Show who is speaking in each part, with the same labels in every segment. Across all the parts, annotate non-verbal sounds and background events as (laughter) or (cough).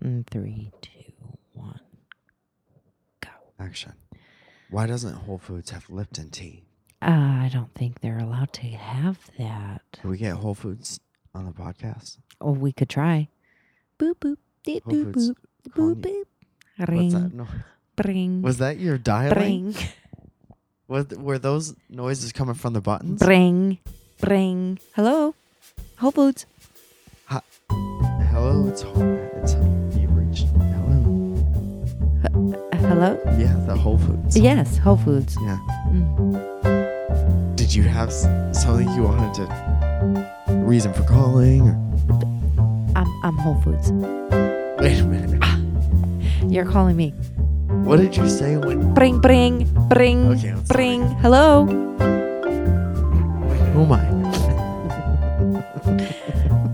Speaker 1: In Mm, three, two, one, go.
Speaker 2: Action. Why doesn't Whole Foods have Lipton tea?
Speaker 1: Uh, I don't think they're allowed to have that.
Speaker 2: Can we get Whole Foods on the podcast?
Speaker 1: Oh, we could try. Boop boop, dee,
Speaker 2: Whole
Speaker 1: doo,
Speaker 2: Foods
Speaker 1: boop, boop
Speaker 2: calling
Speaker 1: boop.
Speaker 2: What's that
Speaker 1: Ring,
Speaker 2: noise?
Speaker 1: bring,
Speaker 2: Was that your dialing?
Speaker 1: bring,
Speaker 2: Was, were those noises coming from the
Speaker 1: (laughs)
Speaker 2: buttons?
Speaker 1: bring, bring. Hello, Whole Foods.
Speaker 2: Hello, it's Whole. It's you reached. Hello.
Speaker 1: Uh, hello.
Speaker 2: Yeah, the Whole Foods.
Speaker 1: Yes, Whole Foods.
Speaker 2: Yeah.
Speaker 1: Mm.
Speaker 2: Did you have s- something you wanted to reason for calling? Or,
Speaker 1: I'm I'm Whole Foods.
Speaker 2: wait a minute.
Speaker 1: You're calling me.
Speaker 2: What did you say when?
Speaker 1: Bring, bring, bring,
Speaker 2: Okay, I'm sorry.
Speaker 1: bring. Hello.
Speaker 2: Oh my!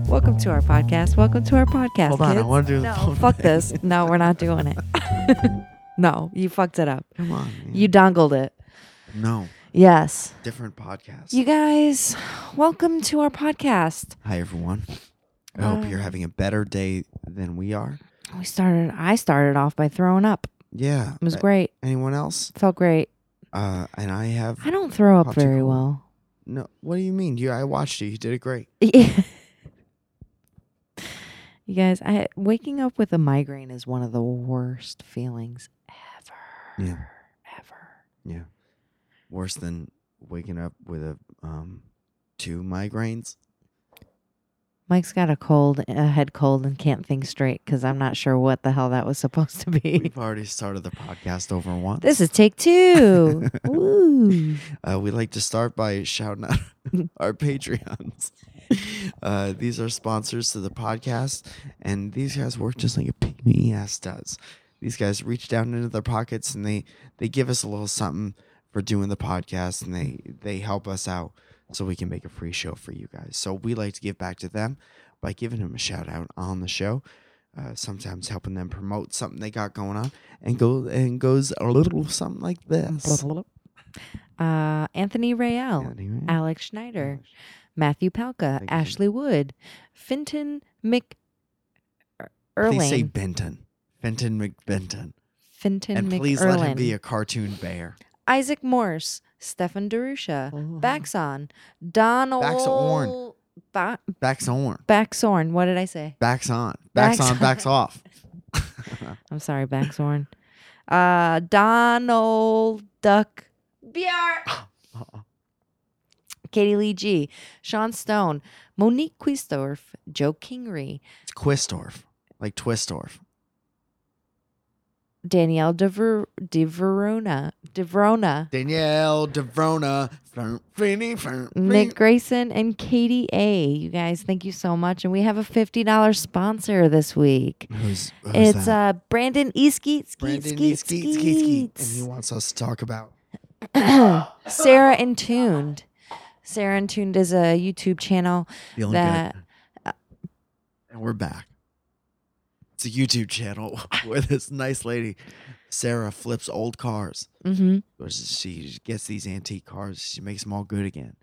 Speaker 1: Welcome to our podcast. Welcome to our podcast.
Speaker 2: Hold on, I
Speaker 1: kids.
Speaker 2: want to do the
Speaker 1: No, (laughs)
Speaker 2: phone
Speaker 1: fuck
Speaker 2: thing.
Speaker 1: this. No, we're not doing it. (laughs) no, you fucked it up.
Speaker 2: Come on. man.
Speaker 1: You dongled it.
Speaker 2: no
Speaker 1: Yes.
Speaker 2: different podcast.
Speaker 1: You guys, welcome to our podcast.
Speaker 2: Hi everyone. I
Speaker 1: Uh,
Speaker 2: hope you're having a better day than we are.
Speaker 1: We started I started off by throwing up.
Speaker 2: Yeah.
Speaker 1: It was
Speaker 2: uh,
Speaker 1: great.
Speaker 2: Anyone else?
Speaker 1: Felt great.
Speaker 2: Uh, and I have
Speaker 1: I don't throw up
Speaker 2: Not too
Speaker 1: very
Speaker 2: cold.
Speaker 1: well. (laughs)
Speaker 2: no. What do you mean? You? I watched you. You did it great.
Speaker 1: you guys, I waking up with a migraine is one of the worst feelings ever.
Speaker 2: Yeah.
Speaker 1: Ever.
Speaker 2: Yeah. Worse than waking up with a um two
Speaker 1: (laughs)
Speaker 2: migraines.
Speaker 1: Mike's got a cold, a head cold, and can't think straight because I'm not sure what the hell that was supposed to be.
Speaker 2: We've already started the podcast over once.
Speaker 1: This is take two.
Speaker 2: (laughs)
Speaker 1: Woo.
Speaker 2: Uh, we like to start by shouting out (laughs) our Patreons. Uh, these are sponsors to the podcast, and these guys work just like a pig in the ass does. These guys reach down into their pockets and they they give us a little something for doing the podcast, and they they help us out so we can make a free show for you guys. So we like to give back to them by giving them a shout out on the show. Uh, sometimes helping them promote something they got going on, and go and goes a little something like this.
Speaker 1: Uh, Anthony Rayel,
Speaker 2: Anyway.
Speaker 1: Alex Schneider, Matthew
Speaker 2: I
Speaker 1: Palka,
Speaker 2: think it's in-
Speaker 1: Ashley Wood, Finton Mc Er-
Speaker 2: Please Oh, say
Speaker 1: Erling.
Speaker 2: Benton. Benton McBenton.
Speaker 1: Finton
Speaker 2: And please let him be
Speaker 1: McErlin.
Speaker 2: a cartoon bear.
Speaker 1: Isaac Morse, Stefan Derusha, Baxon, Donald.
Speaker 2: Oh, Orn.
Speaker 1: Ba-
Speaker 2: Backs on.
Speaker 1: Baxorn. What did I say?
Speaker 2: Backs on.
Speaker 1: Backs
Speaker 2: Backs on.
Speaker 1: on. (laughs)
Speaker 2: Backs off.
Speaker 1: I'm sorry,
Speaker 2: (laughs)
Speaker 1: Baxorn. uh, Donald Duck. BR. Katie Lee G. Sean Stone. Monique Quistorf. Joe Kingery.
Speaker 2: It's Quistorf. Like Twistorf.
Speaker 1: Danielle DeVer- DeVerona. DeVerona.
Speaker 2: Danielle DeVrona. Flirn, flinny, flirn,
Speaker 1: Nick
Speaker 2: flin.
Speaker 1: Grayson and Katie A. You guys, thank you so much. And we have a $50 sponsor this week.
Speaker 2: Who's, who's
Speaker 1: it's
Speaker 2: that?
Speaker 1: uh, Brandon Easkeet, Skeet,
Speaker 2: Brandon E.
Speaker 1: Skeet,
Speaker 2: Skeet,
Speaker 1: Skeet,
Speaker 2: Skeet, Skeet. And he wants us to talk about.
Speaker 1: (clears throat) Sarah and Tuned. Sarah and Tuned is a YouTube channel.
Speaker 2: Feeling
Speaker 1: That- uh,
Speaker 2: good. And we're back. It's a YouTube channel (laughs) where this nice lady, Sarah, flips old cars.
Speaker 1: Mm-hmm.
Speaker 2: Or she gets these antique cars. She makes them all good again.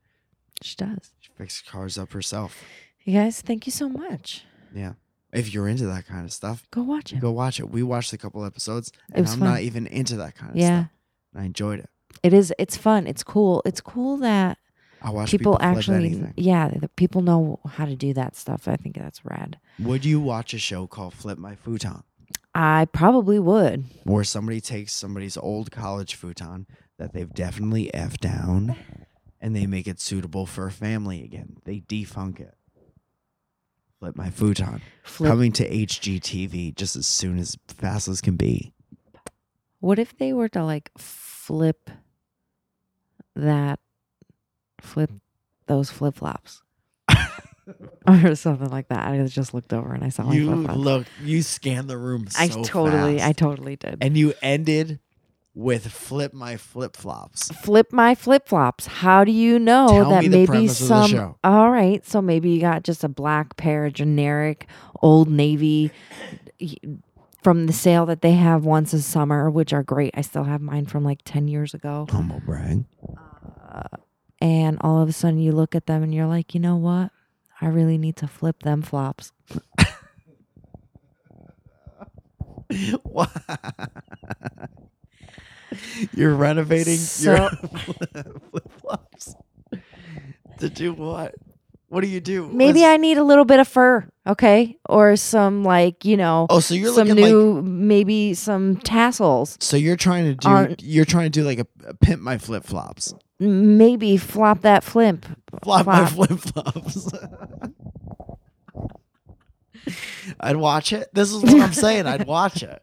Speaker 1: She does.
Speaker 2: She fixes cars up herself.
Speaker 1: You guys, thank you so much.
Speaker 2: Yeah. If you're into that kind of stuff,
Speaker 1: Go watch it.
Speaker 2: go watch it. We watched a couple episodes, and
Speaker 1: was
Speaker 2: I'm
Speaker 1: fun.
Speaker 2: not even into that kind of
Speaker 1: yeah,
Speaker 2: stuff. And I enjoyed it.
Speaker 1: it is. It's fun. It's cool. It's cool that
Speaker 2: I watched
Speaker 1: people,
Speaker 2: people, flip
Speaker 1: actually,
Speaker 2: anything.
Speaker 1: yeah, that people know how to do that stuff. I think that's rad.
Speaker 2: Would you watch a show called Flip My Futon,
Speaker 1: I probably would.
Speaker 2: where somebody takes somebody's old college futon that they've definitely effed down, and they make it suitable for a family again? They defunk it. Flip My Futon.
Speaker 1: Flip.
Speaker 2: coming to HGTV just as soon as fast as can be.
Speaker 1: What if they were to like flip that, flip those flip
Speaker 2: (laughs)
Speaker 1: flops? or something like that. I just looked over and I saw my
Speaker 2: you
Speaker 1: flip flops.
Speaker 2: look, you scan the room. So
Speaker 1: I totally, I
Speaker 2: fast.
Speaker 1: totally did.
Speaker 2: and you ended with flip my flip flops.
Speaker 1: flip my flip flops. How do you know
Speaker 2: Tell
Speaker 1: that
Speaker 2: me the
Speaker 1: maybe
Speaker 2: premise of the
Speaker 1: some?
Speaker 2: show.
Speaker 1: All right, so maybe you got just a black pair of generic old navy y- from the sale that they have once a summer, which are great. I still have mine from like ten years ago.
Speaker 2: (laughs) Humble brag.
Speaker 1: Uh, and all of a sudden, you look at them and you're like, you know what? I really need to flip them flops.
Speaker 2: Wha- (laughs) You're renovating your (laughs) flip flops to do what? What do you do?
Speaker 1: Maybe
Speaker 2: Let's-
Speaker 1: I need a little bit of fur, okay, or some like you know,
Speaker 2: Oh, so you're
Speaker 1: some
Speaker 2: looking like.
Speaker 1: new maybe some tassels.
Speaker 2: So you're trying to do.
Speaker 1: on-
Speaker 2: you're trying to do like a, a pimp my flip flops.
Speaker 1: Maybe flop that flimp.
Speaker 2: Flop my
Speaker 1: Flop.
Speaker 2: flip flops. (laughs) I'd watch it. This is what I'm saying. I'd watch it.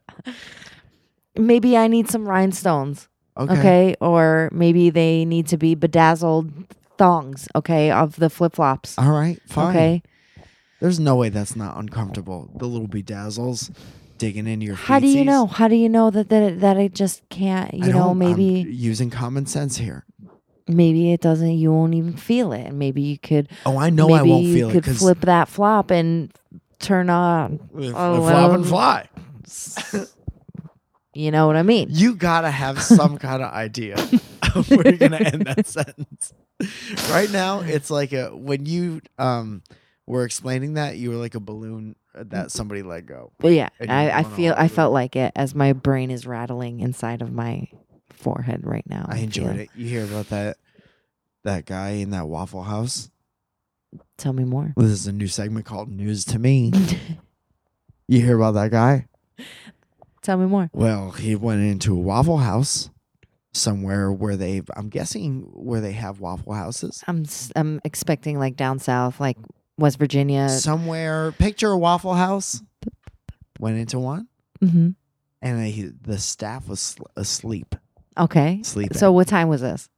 Speaker 1: Maybe I need some rhinestones,
Speaker 2: Okay.
Speaker 1: okay, or maybe they need to be bedazzled thongs, okay, of the flip flops,
Speaker 2: All right. Fine.
Speaker 1: okay.
Speaker 2: There's no way that's not uncomfortable. The little bedazzles digging into your.
Speaker 1: How do you
Speaker 2: feetsies.
Speaker 1: know? How do you know that that it, that it just can't?
Speaker 2: I
Speaker 1: You
Speaker 2: don't-
Speaker 1: know,
Speaker 2: I'm
Speaker 1: maybe
Speaker 2: using common sense here.
Speaker 1: maybe it doesn't. You won't even feel it, and maybe you could.
Speaker 2: Oh, I know
Speaker 1: maybe
Speaker 2: I won't
Speaker 1: you
Speaker 2: feel it
Speaker 1: could
Speaker 2: because
Speaker 1: flip that flop and turn on. Oh,
Speaker 2: flop and
Speaker 1: well.
Speaker 2: fly.
Speaker 1: You know what I mean?
Speaker 2: You gotta have some kind of idea of where you're gonna end that sentence. Right now, it's like a when you um were explaining that you were like a balloon uh, that somebody let go.
Speaker 1: But yeah,
Speaker 2: And you
Speaker 1: I, I
Speaker 2: wanna
Speaker 1: feel I
Speaker 2: hold it.
Speaker 1: felt like it as my brain is rattling inside of my forehead right now.
Speaker 2: I enjoyed it. You hear about that that guy in that Waffle House?
Speaker 1: Tell me more.
Speaker 2: This is a new segment called News to Me.
Speaker 1: (laughs)
Speaker 2: You hear about that guy?
Speaker 1: Tell me more.
Speaker 2: Well, he went into a Waffle House somewhere where they, I'm guessing, where they have Waffle Houses.
Speaker 1: I'm s- I'm expecting like down south, like West Virginia.
Speaker 2: somewhere, picture a Waffle House. Went into one,
Speaker 1: hmm
Speaker 2: and he, the staff was sl- asleep,
Speaker 1: Okay.
Speaker 2: sleeping.
Speaker 1: So what time was this?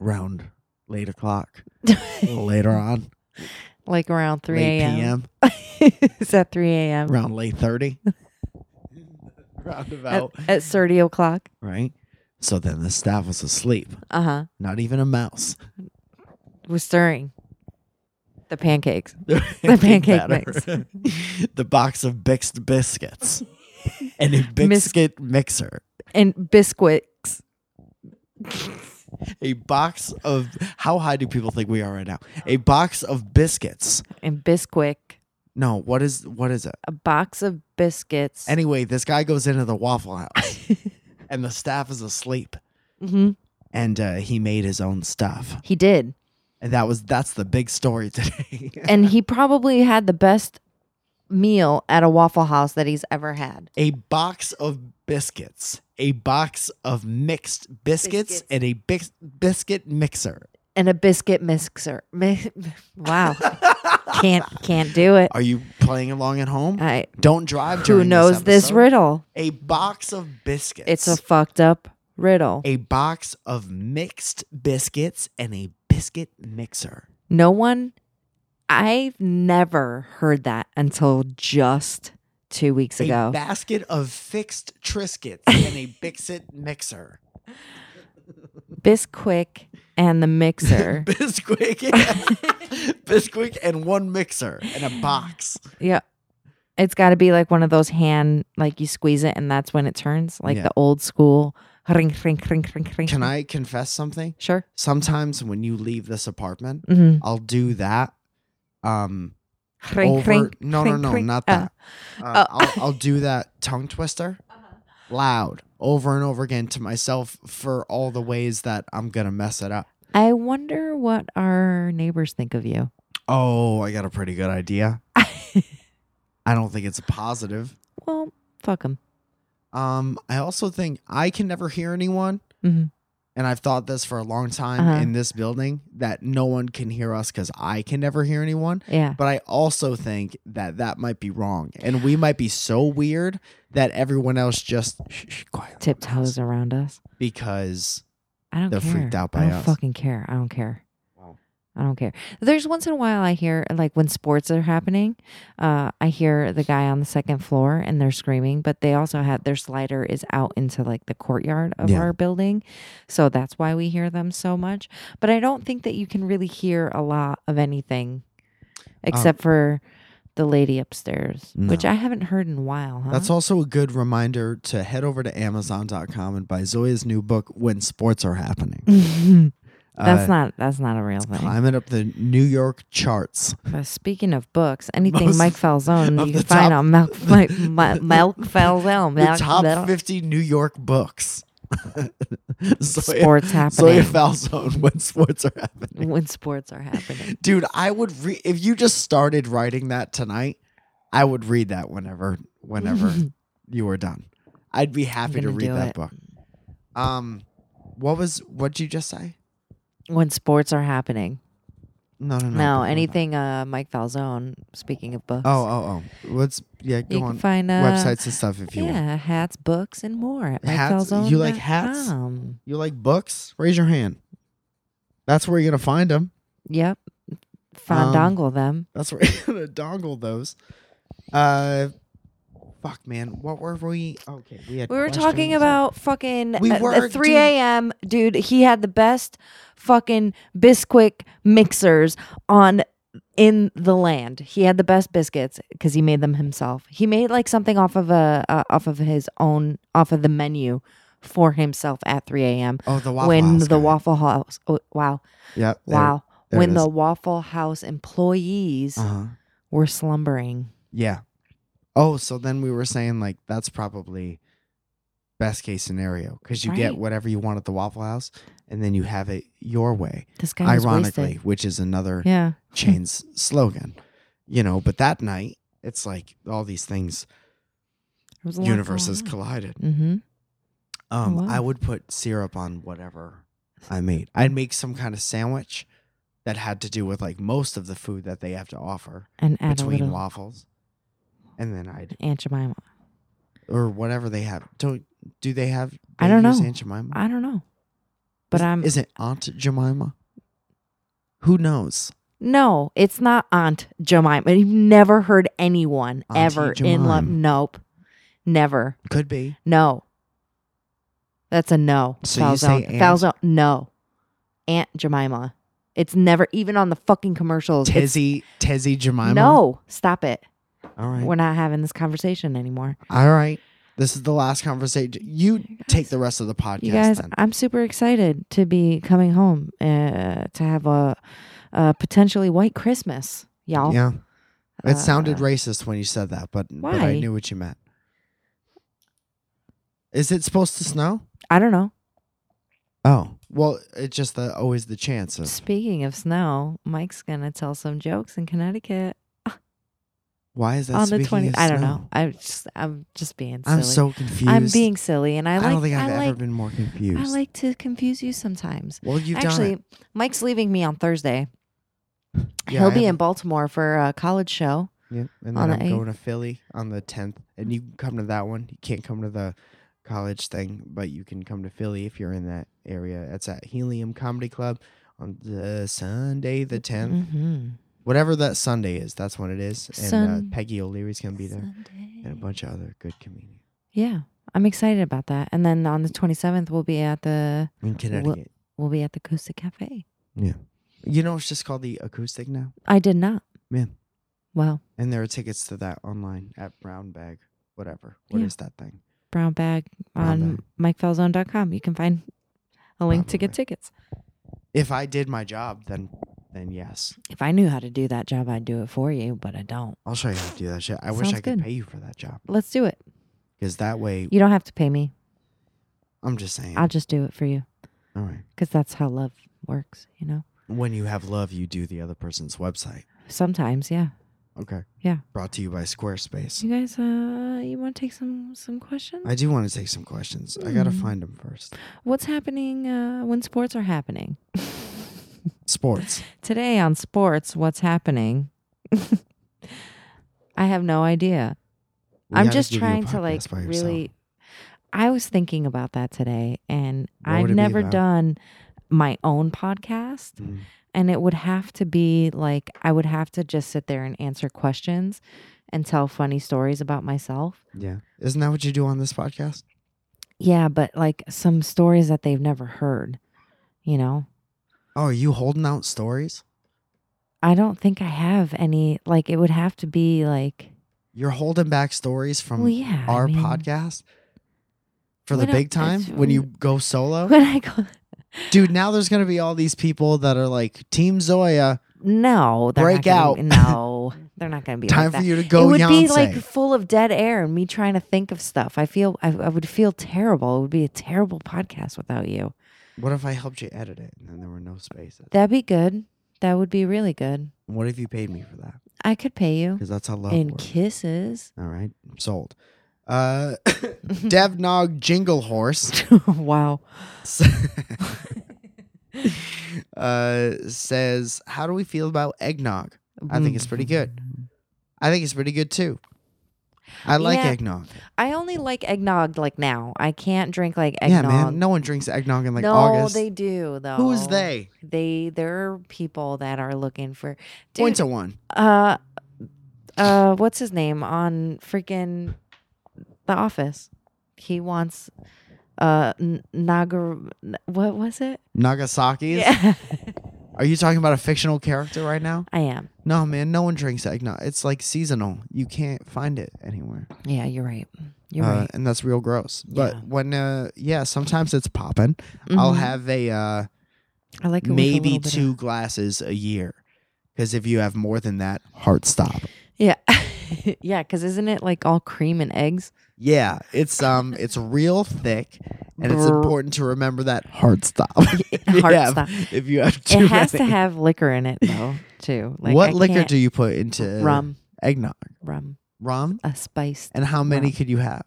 Speaker 2: around late o'clock, later on,
Speaker 1: like around three
Speaker 2: late
Speaker 1: a.m.
Speaker 2: p.m.,
Speaker 1: (laughs) Is that three a.m.
Speaker 2: around late thirty, roundabout,
Speaker 1: At, at thirty o'clock.
Speaker 2: right? So then the staff was asleep,
Speaker 1: Uh huh.
Speaker 2: not even a mouse. (laughs)
Speaker 1: Was stirring the pancakes.
Speaker 2: the
Speaker 1: pancake
Speaker 2: mix, (laughs) the box of mixed biscuits, and a biscuit mixer,
Speaker 1: and biscuits.
Speaker 2: a box of how high do people think we are right now? A box of biscuits.
Speaker 1: And Bisquick,
Speaker 2: No, what is what is it?
Speaker 1: a box of biscuits.
Speaker 2: Anyway, this guy goes into the Waffle House,
Speaker 1: (laughs)
Speaker 2: and the staff is asleep,
Speaker 1: hmm
Speaker 2: and uh, he made his own stuff,
Speaker 1: He did.
Speaker 2: and that was that's the big story (laughs) today.
Speaker 1: And he probably had the best meal at a Waffle House that he's ever had.
Speaker 2: a box of biscuits, a box of mixed biscuits,
Speaker 1: Biscuits.
Speaker 2: and a bis- biscuit mixer. (laughs)
Speaker 1: And a biscuit mixer. (laughs) Mi- wow. can't can't do it.
Speaker 2: Are you playing along at home?
Speaker 1: I
Speaker 2: Don't drive.
Speaker 1: Uh, who
Speaker 2: during
Speaker 1: knows this,
Speaker 2: episode.
Speaker 1: riddle?
Speaker 2: A box of biscuits.
Speaker 1: It's a fucked up riddle.
Speaker 2: a box of mixed biscuits and a biscuit mixer.
Speaker 1: No one I've never heard that until just two weeks
Speaker 2: A
Speaker 1: ago.
Speaker 2: basket of fixed
Speaker 1: (laughs)
Speaker 2: triscuits and a Bixit mixer.
Speaker 1: Bisquick and the
Speaker 2: (laughs)
Speaker 1: mixer.
Speaker 2: Bisquick, (laughs) Bisquick, and one mixer and a box.
Speaker 1: Yeah. It's got to be like one of those hand, like you squeeze it and that's when it turns, like
Speaker 2: Yeah.
Speaker 1: the old school. Ring, ring, ring, ring, ring.
Speaker 2: Can I confess something?
Speaker 1: Sure.
Speaker 2: Sometimes when you leave this apartment,
Speaker 1: Mm-hmm.
Speaker 2: I'll do that. Um,
Speaker 1: Ring,
Speaker 2: over.
Speaker 1: ring.
Speaker 2: no,
Speaker 1: ring,
Speaker 2: no, no,
Speaker 1: ring.
Speaker 2: not
Speaker 1: Uh,
Speaker 2: that. Uh,
Speaker 1: oh. Uh-huh.
Speaker 2: I'll, I'll do that tongue twister loud over and over again to myself for all the ways that I'm gonna mess it up.
Speaker 1: I wonder what our neighbors think of you.
Speaker 2: Oh, I got a pretty
Speaker 1: (laughs)
Speaker 2: good idea. I don't think it's a positive.
Speaker 1: well, fuck them.
Speaker 2: Um, I also think I can never hear anyone,
Speaker 1: Mhm.
Speaker 2: and I've thought this for a long time
Speaker 1: Uh-huh.
Speaker 2: in this building that no one can hear us because I can never hear anyone.
Speaker 1: Yeah.
Speaker 2: But I also think that that might be wrong, and we might be so weird that everyone else just shh, shh, quiet
Speaker 1: Tiptoes around us.
Speaker 2: because
Speaker 1: I don't
Speaker 2: They're
Speaker 1: care.
Speaker 2: freaked out by
Speaker 1: I don't
Speaker 2: us.
Speaker 1: fucking care. I don't care.
Speaker 2: Wow.
Speaker 1: I don't care. There's once in a while I hear like when sports are happening, uh, I hear the guy on the second floor and they're screaming, but they also have their slider is out into like the courtyard of
Speaker 2: Yeah.
Speaker 1: our building. So that's why we hear them so much. But I don't think that you can really hear a lot of anything except for the lady upstairs, which
Speaker 2: Um, No.
Speaker 1: I haven't heard in a while, huh? (laughs)
Speaker 2: That's also a good reminder to head over to Amazon.com and buy Zoya's new book, When Sports Are Happening.
Speaker 1: That's
Speaker 2: Uh,
Speaker 1: not that's not a real
Speaker 2: it's
Speaker 1: thing.
Speaker 2: climbing up the New York charts.
Speaker 1: But speaking of books, anything
Speaker 2: Most
Speaker 1: Mike Falzone
Speaker 2: of
Speaker 1: you
Speaker 2: the
Speaker 1: can find
Speaker 2: top-
Speaker 1: on Malk, (laughs) Mike, Ma-
Speaker 2: (laughs)
Speaker 1: Malk Falzone.
Speaker 2: The
Speaker 1: Malk-
Speaker 2: top
Speaker 1: Malk-
Speaker 2: 50 New York books. (laughs) Zoya,
Speaker 1: sports happening
Speaker 2: Zoya Falzone when sports are happening.
Speaker 1: when sports are happening.
Speaker 2: Dude, I would read if you just started writing that tonight, I would read that whenever
Speaker 1: (laughs)
Speaker 2: whenever you were done. I'd be happy to
Speaker 1: gonna
Speaker 2: read
Speaker 1: do
Speaker 2: that
Speaker 1: it.
Speaker 2: book. Um what was what'd you just say?
Speaker 1: When sports are happening.
Speaker 2: No, no, no.
Speaker 1: No,
Speaker 2: no, no.
Speaker 1: anything uh, Mike Falzone. Speaking of books,
Speaker 2: Oh, oh, oh. What's yeah, go
Speaker 1: you
Speaker 2: on
Speaker 1: can find uh,
Speaker 2: websites and stuff if you want.
Speaker 1: Yeah, hats, books, and more at
Speaker 2: Hats?
Speaker 1: MikeFalzone.com.
Speaker 2: You like hats? You like books? Raise your hand. That's where you're gonna find them.
Speaker 1: Yep,
Speaker 2: Um,
Speaker 1: fondangle them.
Speaker 2: That's where (laughs) you're gonna dongle those. Uh, fuck, man. What were we? Okay, we had.
Speaker 1: We were talking
Speaker 2: questions.
Speaker 1: about fucking
Speaker 2: We
Speaker 1: at-
Speaker 2: were,
Speaker 1: at 3
Speaker 2: dude.
Speaker 1: a.m. Dude, he had the best fucking Bisquick mixers on in the land. He had the best biscuits because he made them himself. He made like something off of a uh, off of his own off of the menu for himself at 3 a.m.
Speaker 2: oh the waffle
Speaker 1: when
Speaker 2: House
Speaker 1: the
Speaker 2: guy.
Speaker 1: Waffle House. Oh, wow,
Speaker 2: Yeah. there-
Speaker 1: wow.
Speaker 2: there
Speaker 1: when
Speaker 2: it
Speaker 1: the
Speaker 2: is.
Speaker 1: Waffle House employees
Speaker 2: Uh-huh.
Speaker 1: were slumbering.
Speaker 2: Yeah. Oh, so then we were saying like that's probably best case scenario because you get
Speaker 1: Right.
Speaker 2: whatever you want at the Waffle House, and then you have it your way.
Speaker 1: This guy was
Speaker 2: Ironically,
Speaker 1: wasted.
Speaker 2: which is another
Speaker 1: Yeah.
Speaker 2: chain's slogan, you know. But that night, it's like all these things universes collided.
Speaker 1: Mm-hmm.
Speaker 2: Um,
Speaker 1: wow.
Speaker 2: I would put syrup on whatever I made. I'd make some kind of sandwich that had to do with like most of the food that they have to offer
Speaker 1: And add a
Speaker 2: between
Speaker 1: little
Speaker 2: waffles, and then I'd
Speaker 1: Aunt Jemima.
Speaker 2: or whatever they have. Don't do they have?
Speaker 1: I
Speaker 2: they
Speaker 1: don't
Speaker 2: use
Speaker 1: know.
Speaker 2: Aunt Jemima,
Speaker 1: I don't know, but
Speaker 2: Is-
Speaker 1: I'm
Speaker 2: Is it Aunt Jemima? Who knows?
Speaker 1: no. It's not Aunt Jemima. You've never heard anyone
Speaker 2: Auntie
Speaker 1: ever in love.
Speaker 2: Jemima.
Speaker 1: Nope, never.
Speaker 2: Could be.
Speaker 1: No, that's a no.
Speaker 2: So you say
Speaker 1: Falzone.
Speaker 2: Aunt-
Speaker 1: Falzone. No, Aunt Jemima. It's never even on the fucking commercials. It's-
Speaker 2: Tizzy, Tizzy Jemima.
Speaker 1: no, stop it.
Speaker 2: All right.
Speaker 1: We're not having this conversation anymore.
Speaker 2: All right. This is the last conversation. You
Speaker 1: You
Speaker 2: take
Speaker 1: guys-
Speaker 2: the rest of the podcast.
Speaker 1: You guys,
Speaker 2: then.
Speaker 1: I'm super excited to be coming home uh, to have a, a potentially white Christmas, y'all.
Speaker 2: Yeah.
Speaker 1: Uh,
Speaker 2: It sounded racist when you said that, but, but I
Speaker 1: Why?
Speaker 2: knew what you meant. Is it supposed to snow?
Speaker 1: I don't know.
Speaker 2: Oh. Well, it's just the, always the chance of.
Speaker 1: Speaking of snow, Mike's gonna tell some jokes in Connecticut
Speaker 2: Why is that
Speaker 1: on the
Speaker 2: speaking
Speaker 1: twenty.
Speaker 2: of
Speaker 1: I don't
Speaker 2: snow?
Speaker 1: know. I'm just I'm just being silly.
Speaker 2: I'm so confused.
Speaker 1: I'm being silly, and I
Speaker 2: I,
Speaker 1: like I,
Speaker 2: don't think I've ever
Speaker 1: like
Speaker 2: been more confused.
Speaker 1: I like to confuse you sometimes.
Speaker 2: well, you've
Speaker 1: Actually,
Speaker 2: done
Speaker 1: Mike's leaving me on Thursday.
Speaker 2: it. Yeah,
Speaker 1: He'll
Speaker 2: I
Speaker 1: be in
Speaker 2: haven't-
Speaker 1: Baltimore for a college show.
Speaker 2: Yeah, and
Speaker 1: on
Speaker 2: then I'm
Speaker 1: the eighth.
Speaker 2: going to Philly on the 10th, and you can come to that one. You can't come to the college thing, but you can come to Philly if you're in that area. It's at Helium Comedy Club on the Sunday the 10th.
Speaker 1: Mm-hmm.
Speaker 2: whatever that Sunday is, that's what it is. And uh,
Speaker 1: Sun-
Speaker 2: Peggy O'Leary's gonna be there, and a bunch of other good comedians
Speaker 1: Yeah, I'm excited about that. And then on the 27th, we'll be at the
Speaker 2: in Connecticut.
Speaker 1: we'll be at the Costa Cafe.
Speaker 2: You know, it's just called the Acoustic now.
Speaker 1: I did not.
Speaker 2: Yeah.
Speaker 1: Well,
Speaker 2: And there are tickets to that online at Brown Bag, whatever. What is
Speaker 1: Yeah.
Speaker 2: that thing?
Speaker 1: brown bag
Speaker 2: Brown
Speaker 1: on mikefalzone.com. You can find a link to
Speaker 2: Brown
Speaker 1: get
Speaker 2: bag.
Speaker 1: tickets.
Speaker 2: If I did my job, then then yes,
Speaker 1: If I knew how to do that job, I'd do it for you, but I don't.
Speaker 2: I'll show you how to do that shit. I wish
Speaker 1: Sounds
Speaker 2: I could
Speaker 1: good.
Speaker 2: pay you for that job
Speaker 1: Let's do it.
Speaker 2: because that way,
Speaker 1: You don't have to pay me.
Speaker 2: I'm just saying.
Speaker 1: I'll just do it for you
Speaker 2: all right.
Speaker 1: because that's how love works, you know?
Speaker 2: When you have love, you do the other person's website.
Speaker 1: Sometimes, yeah.
Speaker 2: Okay.
Speaker 1: Yeah.
Speaker 2: Brought to you by Squarespace.
Speaker 1: You guys, uh, you want to take some some questions?
Speaker 2: I do want to take some questions. I gotta
Speaker 1: Hmm.
Speaker 2: find them first.
Speaker 1: What's happening uh, when sports are happening? (laughs)
Speaker 2: Sports.
Speaker 1: Today on sports, what's happening? (laughs) I have no idea.
Speaker 2: We
Speaker 1: I'm
Speaker 2: gotta
Speaker 1: just
Speaker 2: give you a
Speaker 1: trying to like
Speaker 2: podcast by yourself.
Speaker 1: really. I was thinking about that today, and
Speaker 2: What would
Speaker 1: I've
Speaker 2: it be
Speaker 1: never
Speaker 2: about?
Speaker 1: done my own podcast,
Speaker 2: Mm.
Speaker 1: and it would have to be like I would have to just sit there and answer questions and tell funny stories about myself.
Speaker 2: Yeah. Isn't that what you do on this podcast?
Speaker 1: Yeah, but like some stories that they've never heard, you know?
Speaker 2: Oh, are you holding out stories?
Speaker 1: I don't think I have any. Like, it would have to be like,
Speaker 2: You're holding back stories from
Speaker 1: well, yeah. I
Speaker 2: our
Speaker 1: mean,
Speaker 2: podcast for
Speaker 1: we
Speaker 2: the
Speaker 1: don't-
Speaker 2: big time
Speaker 1: it's- (laughs)
Speaker 2: when you go solo?
Speaker 1: (laughs) When I go,
Speaker 2: Dude, now there's gonna be all these people that are like Team Zoya.
Speaker 1: No, they're
Speaker 2: Break
Speaker 1: not gonna-
Speaker 2: out. (laughs)
Speaker 1: No, they're not going to be
Speaker 2: Time
Speaker 1: like that.
Speaker 2: for you to go.
Speaker 1: it would
Speaker 2: Beyonce.
Speaker 1: be like full of dead air and me trying to think of stuff. I feel I, I would feel terrible. It would be a terrible podcast without you.
Speaker 2: What if I helped you edit it and then there were no spaces?
Speaker 1: That'd be good. That would be really good.
Speaker 2: What if you paid me for that?
Speaker 1: I could pay you
Speaker 2: Because that's how love
Speaker 1: in
Speaker 2: works.
Speaker 1: kisses. (laughs)
Speaker 2: All right, sold. Uh, (laughs) Devnog Jingle Horse
Speaker 1: wow.
Speaker 2: s- (laughs) uh, says, "How do we feel about eggnog? I think it's pretty good. I think it's pretty good too. I like
Speaker 1: Yeah.
Speaker 2: eggnog.
Speaker 1: I only like eggnog like now. I can't drink like
Speaker 2: Yeah,
Speaker 1: eggnog.
Speaker 2: man. No one drinks eggnog in like
Speaker 1: no,
Speaker 2: August.
Speaker 1: they do though.
Speaker 2: Who is they?
Speaker 1: They there are people that are looking for Dude,
Speaker 2: Point to one.
Speaker 1: uh uh what's his name on freaking the office he wants uh N- nagar N- what was it
Speaker 2: Nagasaki's.
Speaker 1: yeah (laughs)
Speaker 2: Are you talking about a fictional character right now?
Speaker 1: i am
Speaker 2: No, man. No one drinks eggnog. It's like seasonal. You can't find it anywhere.
Speaker 1: yeah you're right you're
Speaker 2: uh,
Speaker 1: right
Speaker 2: and that's real gross. But
Speaker 1: Yeah.
Speaker 2: when uh yeah, sometimes it's popping. I'll
Speaker 1: Mhm.
Speaker 2: have a uh
Speaker 1: I like it with a
Speaker 2: maybe
Speaker 1: little bit of-
Speaker 2: two glasses a year. Cuz if you have more than that, heart stop.
Speaker 1: yeah yeah (laughs) because isn't it like all cream and
Speaker 2: (laughs)
Speaker 1: eggs
Speaker 2: Yeah, it's um it's real thick and it's
Speaker 1: Brr.
Speaker 2: important to remember that heart (laughs) stop. if,
Speaker 1: (laughs)
Speaker 2: you
Speaker 1: Heart
Speaker 2: have,
Speaker 1: stop.
Speaker 2: if you have too
Speaker 1: it has to
Speaker 2: many.
Speaker 1: have liquor in it though
Speaker 2: (laughs)
Speaker 1: too like
Speaker 2: what
Speaker 1: I
Speaker 2: liquor
Speaker 1: can't-
Speaker 2: do you put into
Speaker 1: rum
Speaker 2: eggnog?
Speaker 1: rum
Speaker 2: Rum?
Speaker 1: a spice
Speaker 2: And how many
Speaker 1: Rum.
Speaker 2: could you have?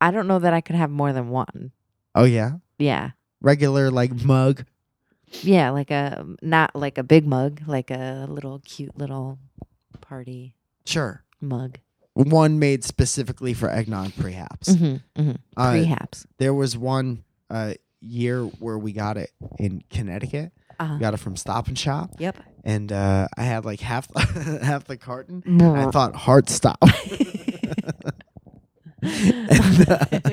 Speaker 1: i don't know that i could have more than one
Speaker 2: Oh yeah.
Speaker 1: yeah
Speaker 2: Regular like mug.
Speaker 1: Yeah, like a not like a big mug, like a little cute little party
Speaker 2: Sure.
Speaker 1: mug.
Speaker 2: One made specifically for eggnog, perhaps.
Speaker 1: Mm-hmm, mm-hmm.
Speaker 2: Uh,
Speaker 1: Prehaps.
Speaker 2: there was one uh, year where we got it in Connecticut.
Speaker 1: Uh,
Speaker 2: We got it from Stop and Shop,
Speaker 1: Yep.
Speaker 2: and uh, I had like half (laughs) half the carton. And I thought heart stop, (laughs) and, uh, and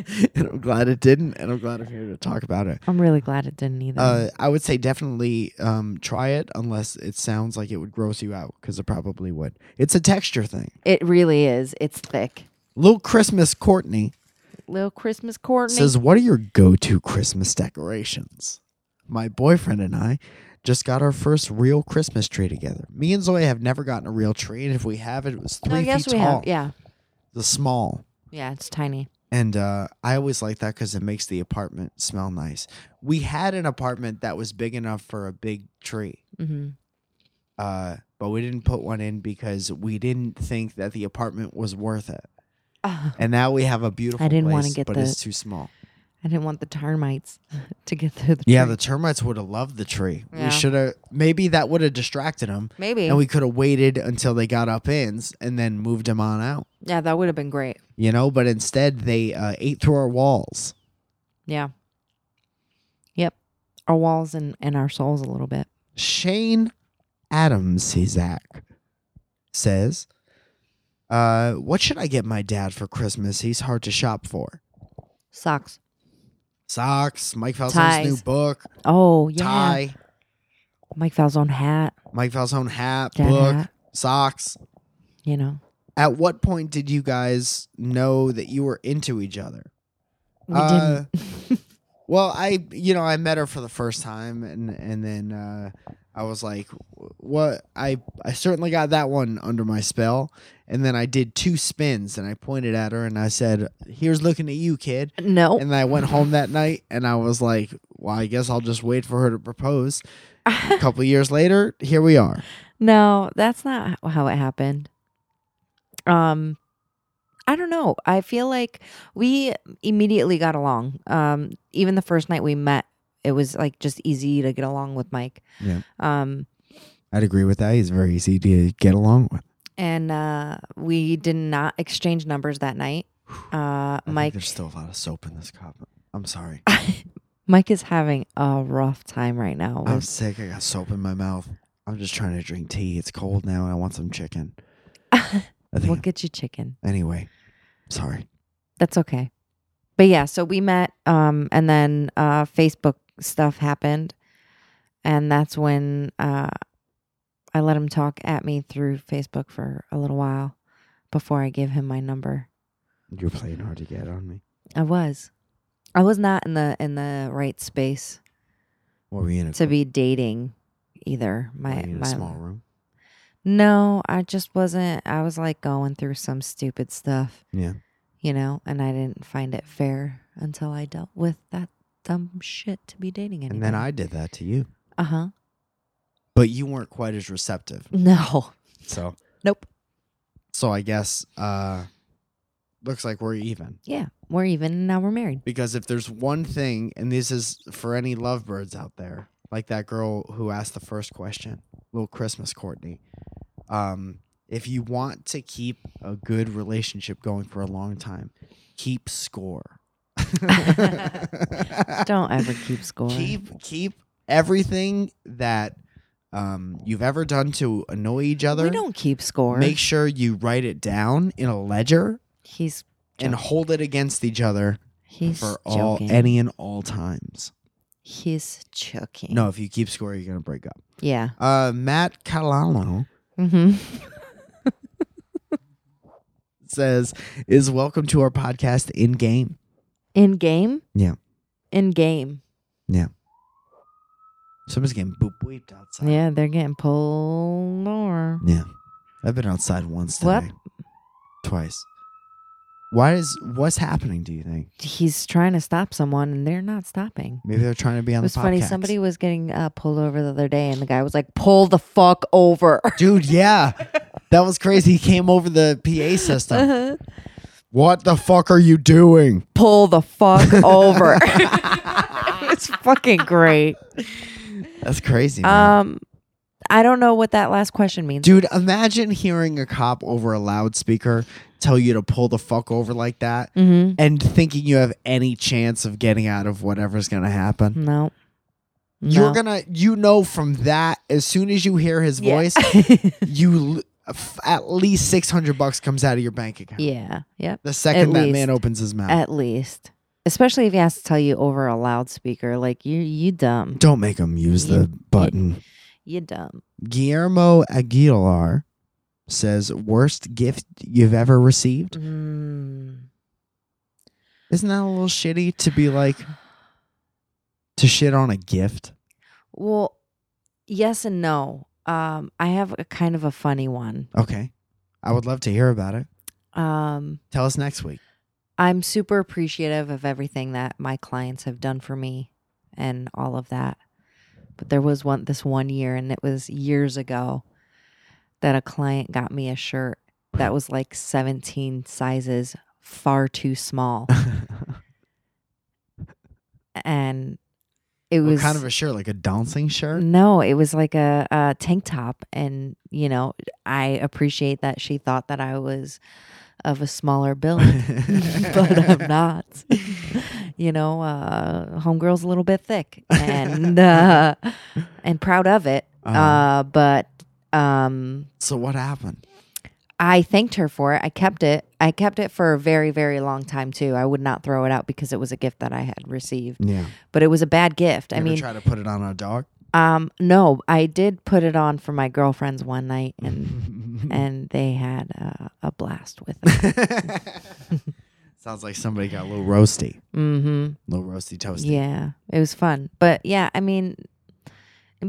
Speaker 2: I'm glad it didn't. And I'm glad I'm here to talk about it.
Speaker 1: (laughs) I'm really glad it didn't either.
Speaker 2: Uh, I would say definitely um, try it unless it sounds like it would gross you out because it probably would. It's a texture thing.
Speaker 1: it really is. It's thick.
Speaker 2: Little Christmas Courtney
Speaker 1: Little Christmas Courtney.
Speaker 2: says, "What are your go-to Christmas decorations?" My boyfriend and I just got our first real Christmas tree together. Me and Zoe have never gotten a real tree, and if we have it, it was
Speaker 1: no,
Speaker 2: three
Speaker 1: yes,
Speaker 2: feet
Speaker 1: we
Speaker 2: tall,
Speaker 1: have. Yeah.
Speaker 2: the small.
Speaker 1: Yeah, it's tiny.
Speaker 2: And uh, I always like that because it makes the apartment smell nice. We had an apartment that was big enough for a big tree,
Speaker 1: Mm-hmm.
Speaker 2: uh, but we didn't put one in because we didn't think that the apartment was worth it.
Speaker 1: Uh,
Speaker 2: And now we have a beautiful
Speaker 1: didn't wanna
Speaker 2: place,
Speaker 1: get
Speaker 2: but
Speaker 1: the-
Speaker 2: it's too small.
Speaker 1: I didn't want the termites (laughs) to get through the
Speaker 2: Yeah,
Speaker 1: tree.
Speaker 2: the termites would have loved the tree.
Speaker 1: Yeah.
Speaker 2: We should have maybe that would have distracted them,
Speaker 1: Maybe.
Speaker 2: and we could have waited until they got up ends and then moved them on out.
Speaker 1: yeah, that would have been great.
Speaker 2: You know, but instead they uh, ate through our walls.
Speaker 1: Yeah. Yep. Our walls and, and our souls a little bit.
Speaker 2: Shane Adams, Zach says, uh, "What should I get my dad for Christmas? He's hard to shop for.
Speaker 1: Socks.
Speaker 2: Socks, Mike Falzone's
Speaker 1: Ties.
Speaker 2: new book,
Speaker 1: Oh yeah.
Speaker 2: tie,
Speaker 1: Mike Falzone hat.
Speaker 2: Mike Falzone hat,
Speaker 1: Dad
Speaker 2: book,
Speaker 1: hat,
Speaker 2: socks."
Speaker 1: you know.
Speaker 2: at what point did you guys know that you were into each other?
Speaker 1: We
Speaker 2: Uh,
Speaker 1: didn't.
Speaker 2: Well, I you know I met her for the first time, and and then uh, I was like, what? I I certainly got that one under my spell, and then I did two spins, and I pointed at her, and I said, "Here's looking at you, kid."
Speaker 1: (laughs) no.
Speaker 2: And then I went home that night, and I was like, "Well, I guess I'll just wait for her to propose." A couple years later, here we are.
Speaker 1: (laughs) no, that's not h- how it happened. Um I don't know. I feel like we immediately got along. Um even the first night we met, it was like just easy to get along with Mike.
Speaker 2: Yeah.
Speaker 1: Um
Speaker 2: I'd agree with that. He's very easy to get along with.
Speaker 1: and uh we did not exchange numbers that
Speaker 2: (sighs)
Speaker 1: night. Uh Mike
Speaker 2: there's still a lot of soap in this cup. I'm sorry.
Speaker 1: Mike is having a rough time right now.
Speaker 2: I'm
Speaker 1: with-
Speaker 2: sick. I got soap in my mouth. I'm just trying to drink tea. It's cold now, and I want some chicken. I think.
Speaker 1: (laughs) we'll get you chicken.
Speaker 2: anyway, sorry.
Speaker 1: That's okay. But yeah, so we met um and then uh Facebook stuff happened and that's when uh I let him talk at me through Facebook for a little while before I gave him my number.
Speaker 2: You're playing hard to get on me.
Speaker 1: I was. I was not in the in the right space
Speaker 2: Were we in a,
Speaker 1: to be dating either.
Speaker 2: were
Speaker 1: My
Speaker 2: we in a
Speaker 1: my
Speaker 2: small room?
Speaker 1: No, I just wasn't I was like going through some stupid stuff,
Speaker 2: Yeah.
Speaker 1: you know, and I didn't find it fair until I dealt with that dumb shit to be dating anybody.
Speaker 2: And then I did that to you.
Speaker 1: Uh-huh. (laughs)
Speaker 2: But you weren't quite as receptive.
Speaker 1: No.
Speaker 2: So
Speaker 1: Nope.
Speaker 2: so I guess uh looks like we're even.
Speaker 1: Yeah. We're even and now we're married.
Speaker 2: Because if there's one thing, and this is for any lovebirds out there, like that girl who asked the first question, little Christmas Courtney, um, if you want to keep a good relationship going for a long time, keep score.
Speaker 1: (laughs) Don't ever keep score.
Speaker 2: (laughs) Keep keep everything that um, you've ever done to annoy each other.
Speaker 1: we don't keep score.
Speaker 2: Make sure you write it down in a ledger
Speaker 1: He's
Speaker 2: and
Speaker 1: joking.
Speaker 2: hold it against each other
Speaker 1: he's
Speaker 2: for all
Speaker 1: joking.
Speaker 2: any and all times.
Speaker 1: he's joking.
Speaker 2: No, if you keep score, you're gonna break up.
Speaker 1: Yeah.
Speaker 2: Uh, Matt Catalano
Speaker 1: Mhm.
Speaker 2: says is welcome to our podcast in game.
Speaker 1: In game?
Speaker 2: Yeah.
Speaker 1: In game.
Speaker 2: Someone's getting boop weeped outside.
Speaker 1: Yeah, they're getting pulled over.
Speaker 2: yeah. I've been outside once today,
Speaker 1: What?
Speaker 2: twice. Why is what's happening? Do you think
Speaker 1: He's trying to stop someone and they're not stopping.
Speaker 2: maybe they're trying to be
Speaker 1: It
Speaker 2: on
Speaker 1: was
Speaker 2: the podcast?
Speaker 1: funny. Somebody was getting uh, pulled over the other day and the guy was like, pull the fuck over.
Speaker 2: dude, yeah, that was crazy. He came over the PA
Speaker 1: (laughs)
Speaker 2: system.
Speaker 1: Uh-huh.
Speaker 2: what the fuck are you doing?
Speaker 1: pull the (laughs) fuck over. it's fucking great.
Speaker 2: That's crazy, man.
Speaker 1: Um, I don't know what that last question means.
Speaker 2: Dude, imagine hearing a cop over a loudspeaker tell you to pull the fuck over like that
Speaker 1: hmm
Speaker 2: and thinking you have any chance of getting out of whatever's going to happen.
Speaker 1: No.
Speaker 2: You're
Speaker 1: Mm-hmm. No.
Speaker 2: going to you know from that as soon as you hear his
Speaker 1: Yeah.
Speaker 2: voice,
Speaker 1: (laughs)
Speaker 2: you l- f- at least 600 bucks comes out of your bank account.
Speaker 1: yeah. Yep.
Speaker 2: The second
Speaker 1: At
Speaker 2: that man
Speaker 1: least.
Speaker 2: opens his mouth.
Speaker 1: At least. Especially if he has to tell you over a loudspeaker. Like, you, you dumb.
Speaker 2: Don't make him use
Speaker 1: Yeah.
Speaker 2: the button.
Speaker 1: You dumb.
Speaker 2: Guillermo Aguilar says worst gift you've ever received.
Speaker 1: Mm.
Speaker 2: Isn't that a little shitty to be like to shit on a gift?
Speaker 1: Well, yes and no. Um, I have a kind of a funny one.
Speaker 2: Okay. I would love to hear about it.
Speaker 1: Um,
Speaker 2: Tell us next week. (laughs)
Speaker 1: I'm super appreciative of everything that my clients have done for me and all of that. But there was one this one year, and it was years ago that a client got me a shirt that was like 17 sizes far too small, and it
Speaker 2: what
Speaker 1: was
Speaker 2: kind of a shirt? Like a dancing (laughs) shirt?
Speaker 1: No, (laughs) it was like a, a tank top. And, you know, I appreciate that she thought that I was of a smaller
Speaker 2: (laughs)
Speaker 1: build, (laughs) but I'm not. you know, uh, homegirl's a little bit thick and, uh, and proud of it.
Speaker 2: Uh-huh.
Speaker 1: Uh, but, um,
Speaker 2: So what happened?
Speaker 1: I thanked her for it. I kept it. I kept it for a very, very long time too. I would not throw it out because it was a gift that I had received,
Speaker 2: Yeah.
Speaker 1: but it was a bad gift. I
Speaker 2: Ever
Speaker 1: mean,
Speaker 2: try to put it on a dog. (laughs)
Speaker 1: um, no, I did put it on for my girlfriends one night, (laughs) and and they had uh, a blast with (laughs) it.
Speaker 2: Sounds like somebody got a little roasty.
Speaker 1: hmm
Speaker 2: little roasty toasty.
Speaker 1: Yeah, it was fun. But yeah, I mean,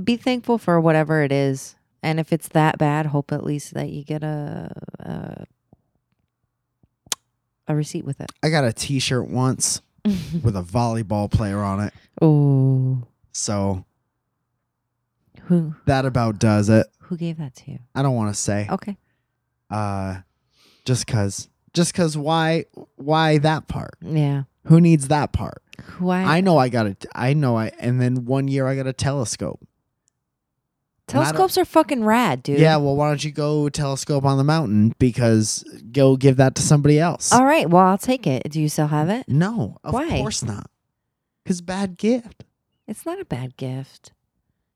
Speaker 1: be thankful for whatever it is, and if it's that bad, hope at least that you get a a, a receipt with (laughs) it.
Speaker 2: I got a t shirt once with a volleyball player on it.
Speaker 1: oh,
Speaker 2: So
Speaker 1: who
Speaker 2: that about does it.
Speaker 1: who gave that to you?
Speaker 2: I don't want to say.
Speaker 1: Okay,
Speaker 2: Uh just cause just cause why why that part?
Speaker 1: yeah.
Speaker 2: Who needs that part?
Speaker 1: Who I,
Speaker 2: I know I got a I know I and then one year I got a telescope.
Speaker 1: telescopes are fucking rad, dude.
Speaker 2: Yeah, well why don't you go telescope on the mountain because go give that to somebody else.
Speaker 1: All right. Well, I'll take it. Do you still have it?
Speaker 2: No, of
Speaker 1: Why?
Speaker 2: course not. Cuz bad gift.
Speaker 1: It's not a bad gift.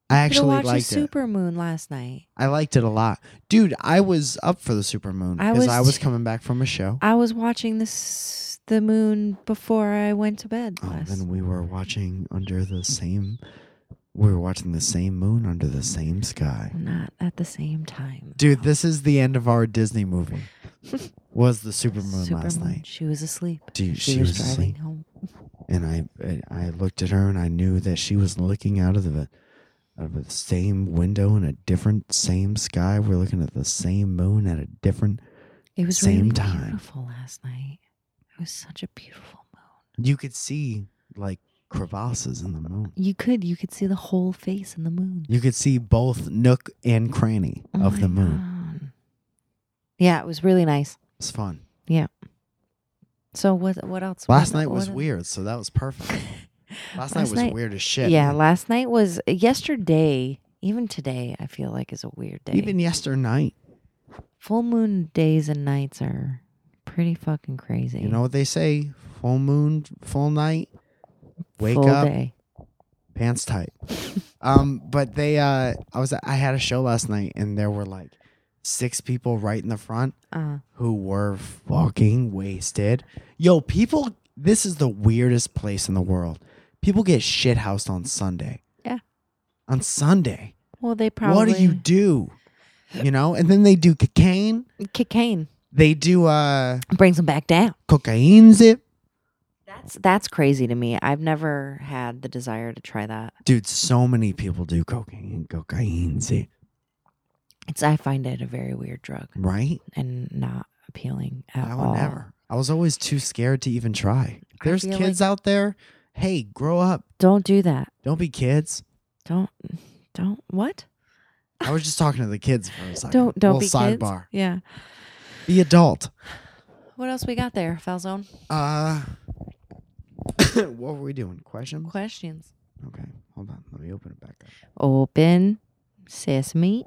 Speaker 2: I
Speaker 1: I
Speaker 2: actually
Speaker 1: watched a
Speaker 2: liked it.
Speaker 1: super moon last night.
Speaker 2: I liked it a lot. Dude, I was up for the supermoon
Speaker 1: I
Speaker 2: cuz
Speaker 1: was
Speaker 2: I was
Speaker 1: too.
Speaker 2: coming back from a show.
Speaker 1: I was watching this the moon before I went to bed
Speaker 2: Oh,
Speaker 1: last.
Speaker 2: then we were watching under the same. We were watching the same moon under the same sky.
Speaker 1: not at the same time.
Speaker 2: Dude, this is the end of our
Speaker 1: (laughs)
Speaker 2: Disney movie. Was the supermoon
Speaker 1: Super
Speaker 2: last
Speaker 1: moon.
Speaker 2: night?
Speaker 1: She was asleep.
Speaker 2: Dude,
Speaker 1: She,
Speaker 2: she
Speaker 1: was,
Speaker 2: was
Speaker 1: driving
Speaker 2: asleep.
Speaker 1: home.
Speaker 2: and I and I looked at her and I knew that she was looking out of the out of the same window in a different same sky. We're looking at the same moon at a different.
Speaker 1: It was
Speaker 2: Same
Speaker 1: really
Speaker 2: time.
Speaker 1: beautiful last night. It was such a beautiful moon.
Speaker 2: You could see like crevasses in the moon.
Speaker 1: You could you could see the whole face in the moon.
Speaker 2: You could see both nook and cranny
Speaker 1: Oh
Speaker 2: of the
Speaker 1: my
Speaker 2: moon.
Speaker 1: God. Yeah, it was really nice.
Speaker 2: It's fun.
Speaker 1: So what what else?
Speaker 2: Last
Speaker 1: What-
Speaker 2: night was
Speaker 1: what-
Speaker 2: weird, so that was perfect.
Speaker 1: (laughs)
Speaker 2: Last night
Speaker 1: Last
Speaker 2: was
Speaker 1: night-
Speaker 2: weird as shit.
Speaker 1: Yeah,
Speaker 2: man.
Speaker 1: last night was yesterday. Even today, I feel like is a weird day.
Speaker 2: even yesternight.
Speaker 1: full moon days and nights are pretty fucking crazy.
Speaker 2: You know what they say? Full moon, full night. Wake
Speaker 1: full
Speaker 2: up,
Speaker 1: day.
Speaker 2: pants tight. um, but they, uh, I was, I had a show last night, and there were like six people right in the front
Speaker 1: Uh,
Speaker 2: who were fucking wasted. Yo, people, this is the weirdest place in the world. People get shit housed on Sunday.
Speaker 1: Yeah.
Speaker 2: On Sunday,
Speaker 1: well, they probably
Speaker 2: what do you do? You know, and then they do cocaine.
Speaker 1: cocaine
Speaker 2: They do uh
Speaker 1: brings them back down.
Speaker 2: cocaine zip.
Speaker 1: That's that's crazy to me. I've never had the desire to try that.
Speaker 2: Dude, so many people do cocaine, cocaine zip,
Speaker 1: It's I find it a very weird drug
Speaker 2: right?
Speaker 1: and not appealing at
Speaker 2: I
Speaker 1: all.
Speaker 2: would never. I was always too scared to even try.
Speaker 1: I
Speaker 2: There's
Speaker 1: feel
Speaker 2: kids out there. Hey, grow up.
Speaker 1: Don't do that.
Speaker 2: Don't be kids.
Speaker 1: Don't don't what?
Speaker 2: I was just talking to the kids for a second.
Speaker 1: Don't don't be
Speaker 2: Little
Speaker 1: kids.
Speaker 2: sidebar.
Speaker 1: Yeah.
Speaker 2: Be adult.
Speaker 1: What else we got there? Falzone
Speaker 2: Uh, (coughs) what were we doing? Questions?
Speaker 1: questions.
Speaker 2: Okay, hold on. Let me open it back up.
Speaker 1: Open sesame.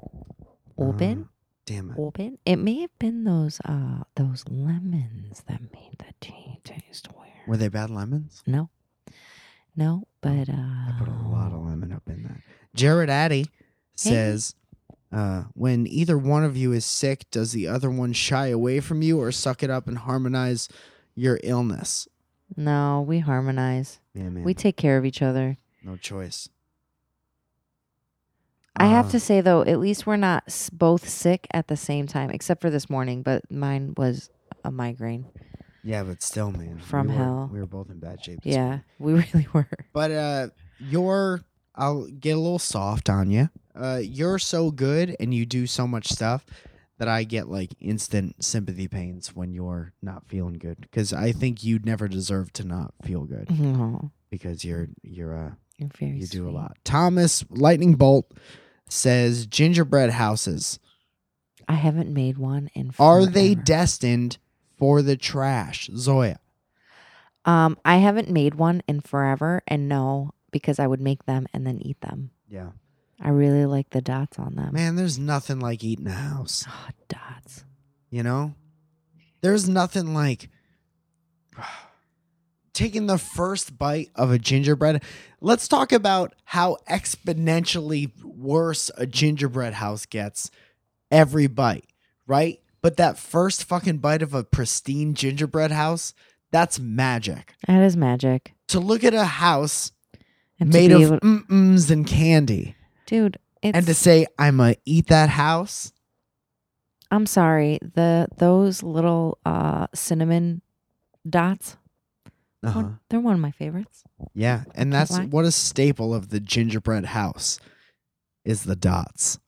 Speaker 1: Open.
Speaker 2: Uh, damn it.
Speaker 1: open. It may have been those uh those lemons that made the tea taste weird.
Speaker 2: Were they bad lemons?
Speaker 1: No. No, but uh
Speaker 2: I put a lot
Speaker 1: Oh.
Speaker 2: of lemon up in that. Jared Addy says, uh, when either one of you is sick, does the other one shy away from you or suck it up and harmonize your illness?
Speaker 1: No, we harmonize.
Speaker 2: Yeah, man.
Speaker 1: We take care of each other.
Speaker 2: no choice.
Speaker 1: I have
Speaker 2: Uh,
Speaker 1: to say though, at least we're not s- both sick at the same time, except for this morning, but mine was a migraine.
Speaker 2: Yeah, but still, man.
Speaker 1: From
Speaker 2: we were-
Speaker 1: hell.
Speaker 2: We were both in bad shape. this
Speaker 1: Yeah, we (laughs) really were.
Speaker 2: But uh you're I'll get a little soft on you. Uh you're so good and you do so much stuff that I get like instant sympathy pains when you're not feeling good cuz I think you'd never deserve to not feel good
Speaker 1: Oh,
Speaker 2: because you're you're uh
Speaker 1: you're very
Speaker 2: Mm-hmm. you do a
Speaker 1: sweet.
Speaker 2: lot. Thomas Lightning Bolt says gingerbread houses
Speaker 1: I haven't made one in
Speaker 2: are they
Speaker 1: forever.
Speaker 2: destined for the trash? Zoya.
Speaker 1: Um, I haven't made one in forever, and no, because I would make them and then eat them.
Speaker 2: Yeah.
Speaker 1: I really like the dots on them.
Speaker 2: Man, there's nothing like eating a house.
Speaker 1: Oh, dots.
Speaker 2: You know? There's nothing like taking the first bite of a gingerbread. Let's talk about how exponentially worse a gingerbread house gets every bite, right? But that first fucking bite of a pristine gingerbread house, that's magic.
Speaker 1: That is magic.
Speaker 2: To look at a house
Speaker 1: And to
Speaker 2: made
Speaker 1: be
Speaker 2: of
Speaker 1: able-
Speaker 2: mm-ms and candy
Speaker 1: dude, it's.
Speaker 2: and to say, I'm going to eat that house.
Speaker 1: I'm sorry. The those little uh cinnamon dots.
Speaker 2: Uh-huh.
Speaker 1: one- they're one of my favorites.
Speaker 2: Yeah, and that's
Speaker 1: lie.
Speaker 2: what a staple of the gingerbread house is the dots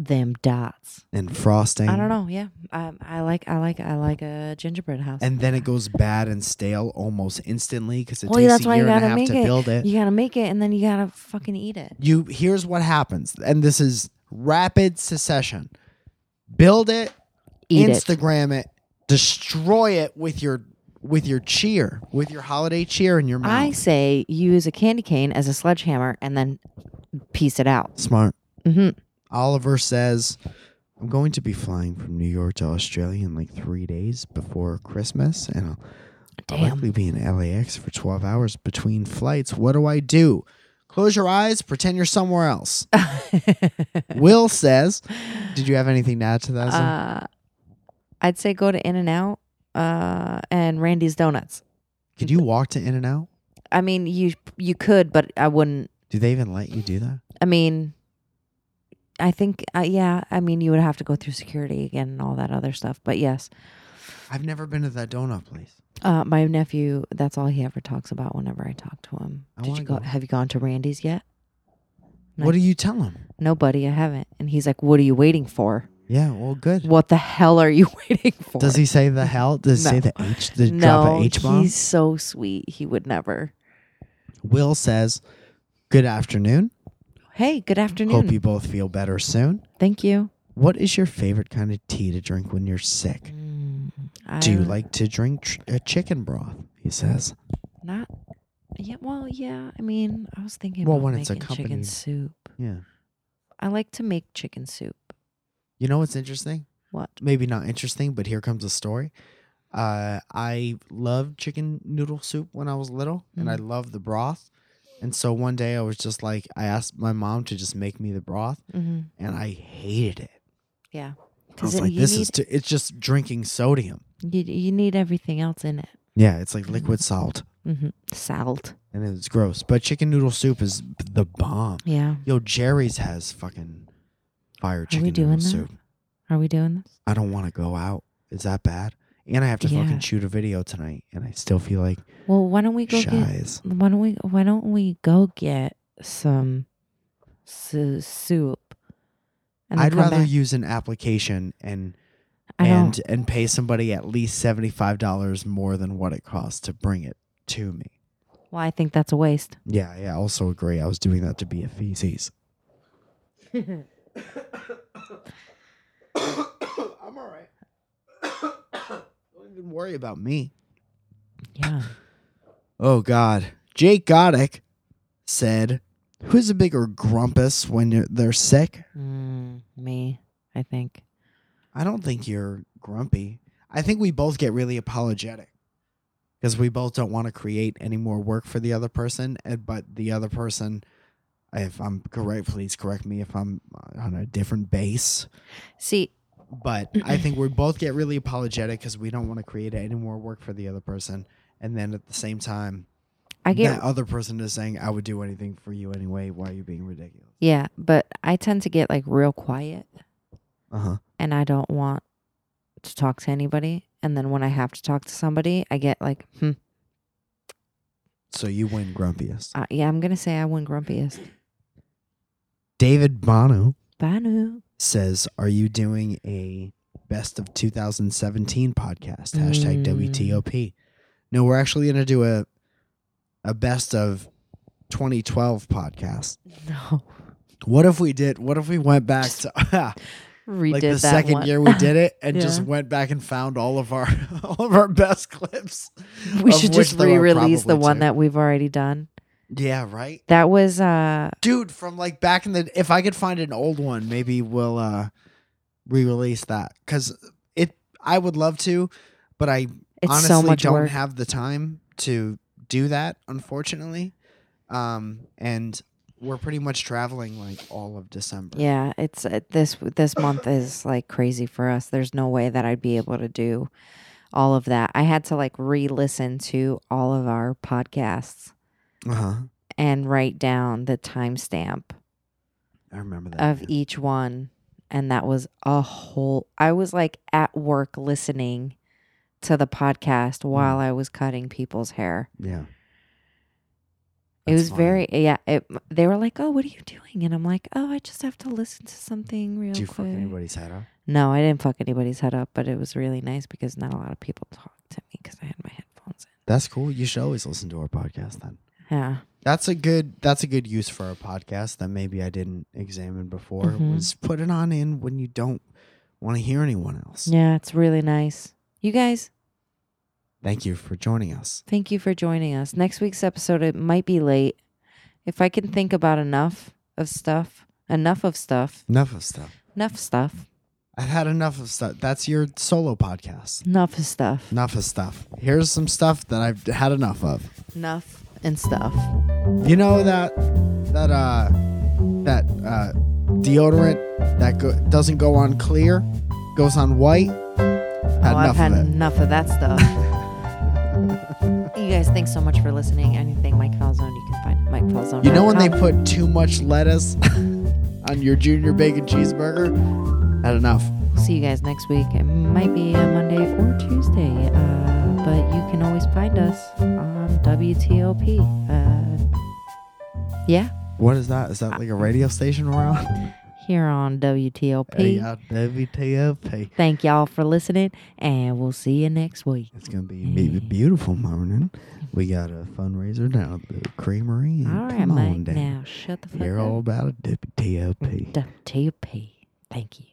Speaker 1: Them dots.
Speaker 2: and frosting.
Speaker 1: I don't know. Yeah, I, I like. I like. I like a gingerbread house.
Speaker 2: And then it goes bad and stale almost instantly because it
Speaker 1: Well,
Speaker 2: takes
Speaker 1: that's
Speaker 2: a
Speaker 1: why you
Speaker 2: year and
Speaker 1: gotta
Speaker 2: a half
Speaker 1: make
Speaker 2: to
Speaker 1: it.
Speaker 2: build it.
Speaker 1: You gotta make it, and then you gotta fucking eat it.
Speaker 2: You here's what happens, and this is rapid succession: build it,
Speaker 1: Eat it.
Speaker 2: Instagram it. destroy it with your with your cheer, with your holiday cheer in your mouth.
Speaker 1: I say use a candy cane as a sledgehammer, and then piece it out. (laughs)
Speaker 2: Smart.
Speaker 1: hmm
Speaker 2: Oliver says, I'm going to be flying from New York to Australia in like three days before Christmas, and I'll, I'll
Speaker 1: Damn.
Speaker 2: likely be in LAX for 12 hours between flights. What do I do? Close your eyes, pretend you're somewhere else.
Speaker 1: (laughs)
Speaker 2: Will says, Did you have anything to add to that? Zoe?
Speaker 1: Uh, I'd say go to In and Out uh, and Randy's Donuts.
Speaker 2: Could you walk to In and Out?
Speaker 1: I mean, you you could, but I wouldn't.
Speaker 2: Do they even let you do that?
Speaker 1: I mean, I think uh, yeah. I mean, you would have to go through security again and all that other stuff. But yes,
Speaker 2: I've never been to that donut place.
Speaker 1: Uh, my nephew, that's all he ever talks about whenever I talk to him.
Speaker 2: I
Speaker 1: Did
Speaker 2: wanna
Speaker 1: you go,
Speaker 2: go.
Speaker 1: Have you gone to Randy's yet? And I-
Speaker 2: What do you tell him?
Speaker 1: No, buddy, I haven't. And he's like, What are you waiting for?
Speaker 2: Yeah, well, good.
Speaker 1: What the hell are you (laughs) waiting for?
Speaker 2: Does he say the hell? Does he say
Speaker 1: No.
Speaker 2: the H? The
Speaker 1: no,
Speaker 2: drop a H bomb?
Speaker 1: He's so sweet. He would never.
Speaker 2: Will says, "Good afternoon.
Speaker 1: Hey, good afternoon.
Speaker 2: Hope you both feel better soon.
Speaker 1: Thank you.
Speaker 2: What is your favorite kind of tea to drink when you're sick? Do you
Speaker 1: I-
Speaker 2: like to drink tr- uh, chicken broth?" He says.
Speaker 1: Not. Yeah. Well, yeah. I mean, I was thinking
Speaker 2: Well,
Speaker 1: about
Speaker 2: when it's
Speaker 1: making chicken
Speaker 2: accompanied.
Speaker 1: soup.
Speaker 2: Yeah.
Speaker 1: I like to make chicken soup.
Speaker 2: You know what's interesting?
Speaker 1: What?
Speaker 2: Maybe not interesting, but here comes a story. Uh, I loved chicken noodle soup when I was little, and I
Speaker 1: Mm.
Speaker 2: loved the broth. And so one day I was just like, I asked my mom to just make me the broth,
Speaker 1: Mm-hmm.
Speaker 2: and I hated it.
Speaker 1: Yeah.
Speaker 2: I was
Speaker 1: it-
Speaker 2: like,
Speaker 1: you
Speaker 2: this
Speaker 1: need,
Speaker 2: is too, it's just drinking sodium.
Speaker 1: you, you need everything else in it.
Speaker 2: Yeah, it's like liquid salt,
Speaker 1: Mm-hmm. Salt.
Speaker 2: and it's gross. But chicken noodle soup is b- the bomb.
Speaker 1: Yeah.
Speaker 2: Yo, Jerry's has fucking fire chicken
Speaker 1: we doing
Speaker 2: noodle
Speaker 1: that?
Speaker 2: soup.
Speaker 1: Are we doing this?
Speaker 2: I don't want to go out. Is that bad? And I have to
Speaker 1: Yeah.
Speaker 2: fucking shoot a video tonight, and I still feel like
Speaker 1: Well, why don't we go get?
Speaker 2: shy as
Speaker 1: Why don't we? Why don't we go get some su- soup? And then
Speaker 2: I'd
Speaker 1: come
Speaker 2: rather
Speaker 1: back?
Speaker 2: use an application and
Speaker 1: I don't.
Speaker 2: and and pay somebody at least seventy five dollars more than what it costs to bring it to me.
Speaker 1: Well, I think that's a waste. (laughs)
Speaker 2: Yeah, yeah, I also agree. I was doing that to be a feces. I'm all right. Don't even worry about me.
Speaker 1: Yeah.
Speaker 2: Oh God, Jake Goddick said, "Who's a bigger grumpus when you're, they're sick?"
Speaker 1: Mm, me, I think.
Speaker 2: I don't think you're grumpy. I think we both get really apologetic because we both don't want to create any more work for the other person. And but the other person, if I'm correct, please correct me if I'm on a different base.
Speaker 1: See,
Speaker 2: But I think we both get really apologetic because we don't want to create any more work for the other person. And then at the same time,
Speaker 1: I get
Speaker 2: that other person is saying, "I would do anything for you anyway. Why are you being ridiculous?"
Speaker 1: yeah, but I tend to get like real quiet
Speaker 2: Uh huh.
Speaker 1: and I don't want to talk to anybody. And then when I have to talk to somebody, I get like, hmm,
Speaker 2: So you win grumpiest.
Speaker 1: uh, yeah, I'm going to say I win grumpiest.
Speaker 2: David Bono
Speaker 1: Banu.
Speaker 2: says, "Are you doing a best of 2017 podcast?" Hashtag
Speaker 1: Mm.
Speaker 2: WTOP. No, we're actually gonna do a a best of 2012 podcast.
Speaker 1: (laughs) No.
Speaker 2: What if we did? What if we went back to (laughs)
Speaker 1: Redid
Speaker 2: like the
Speaker 1: that
Speaker 2: second
Speaker 1: one.
Speaker 2: year we did it
Speaker 1: (laughs)
Speaker 2: and just
Speaker 1: Yeah.
Speaker 2: went back and found all of our (laughs) all of our best clips?
Speaker 1: we
Speaker 2: of
Speaker 1: should
Speaker 2: which
Speaker 1: just
Speaker 2: there are
Speaker 1: re-release the
Speaker 2: probably
Speaker 1: one
Speaker 2: two.
Speaker 1: that we've already done.
Speaker 2: Yeah, right,
Speaker 1: That was uh
Speaker 2: dude. From like back in the if I could find an old one, maybe we'll uh re-release that because it. I would love to, but I
Speaker 1: it's
Speaker 2: honestly
Speaker 1: so much
Speaker 2: don't
Speaker 1: work.
Speaker 2: have the time to do that unfortunately um and we're pretty much traveling like all of december
Speaker 1: yeah, it's uh, this this month is like crazy for us. There's no way that I'd be able to do all of that. I had to like re-listen to all of our podcasts
Speaker 2: uh-huh
Speaker 1: and write down the timestamp
Speaker 2: i remember that
Speaker 1: of e
Speaker 2: man.
Speaker 1: each one and that was a whole I was like at work listening to the podcast while
Speaker 2: Mm.
Speaker 1: I was cutting people's hair.
Speaker 2: yeah
Speaker 1: it
Speaker 2: That's
Speaker 1: was
Speaker 2: funny.
Speaker 1: very yeah. It, they were like, "Oh, what are you doing?" And I'm like, "Oh, I just have to listen to something real
Speaker 2: do you fuck
Speaker 1: quick."
Speaker 2: anybody's head off
Speaker 1: No, I didn't fuck anybody's head up, but it was really nice because not a lot of people talked to me because I had my headphones
Speaker 2: that's cool you should always listen to our podcast then
Speaker 1: in. Yeah,
Speaker 2: that's a good that's a good use for our podcast that maybe i didn't examine before
Speaker 1: Mhm.
Speaker 2: was put it on in when you don't want to hear anyone else
Speaker 1: yeah, it's really nice. You guys,
Speaker 2: thank you for joining us
Speaker 1: thank you for joining us. Next week's episode, it might be late. If I can think about enough of stuff, enough of stuff,
Speaker 2: enough of stuff
Speaker 1: enough stuff,
Speaker 2: i've had enough of stuff that's your solo podcast
Speaker 1: enough of stuff,
Speaker 2: Enough of stuff. Here's some stuff that I've had enough of.
Speaker 1: enough and stuff.
Speaker 2: You know that that uh that uh deodorant that go- doesn't go on clear, goes on white. Had
Speaker 1: oh,
Speaker 2: enough
Speaker 1: I've had
Speaker 2: of it.
Speaker 1: enough of that
Speaker 2: (laughs)
Speaker 1: stuff. you guys, thanks so much for listening. Anything Mike Falzone, you can find at Mike Falzone.
Speaker 2: You know when they put too
Speaker 1: (laughs)
Speaker 2: much lettuce on your junior bacon cheeseburger? Had enough.
Speaker 1: See you guys next week. It might be a Monday or Tuesday. Uh, but you can always find us on WTOP. Uh, yeah,
Speaker 2: What is that? Is that like a radio station we're on?
Speaker 1: here on
Speaker 2: (laughs)
Speaker 1: WTOP.
Speaker 2: uh, WTOP.
Speaker 1: Thank y'all for listening, and we'll see you next week.
Speaker 2: It's gonna be a be- beautiful morning. We got a fundraiser down at the creamery. And
Speaker 1: All right,
Speaker 2: Mm, come on
Speaker 1: mate.
Speaker 2: down.
Speaker 1: Now shut the fuck
Speaker 2: You're
Speaker 1: up.
Speaker 2: all about a WTOP.
Speaker 1: WTOP. Thank you.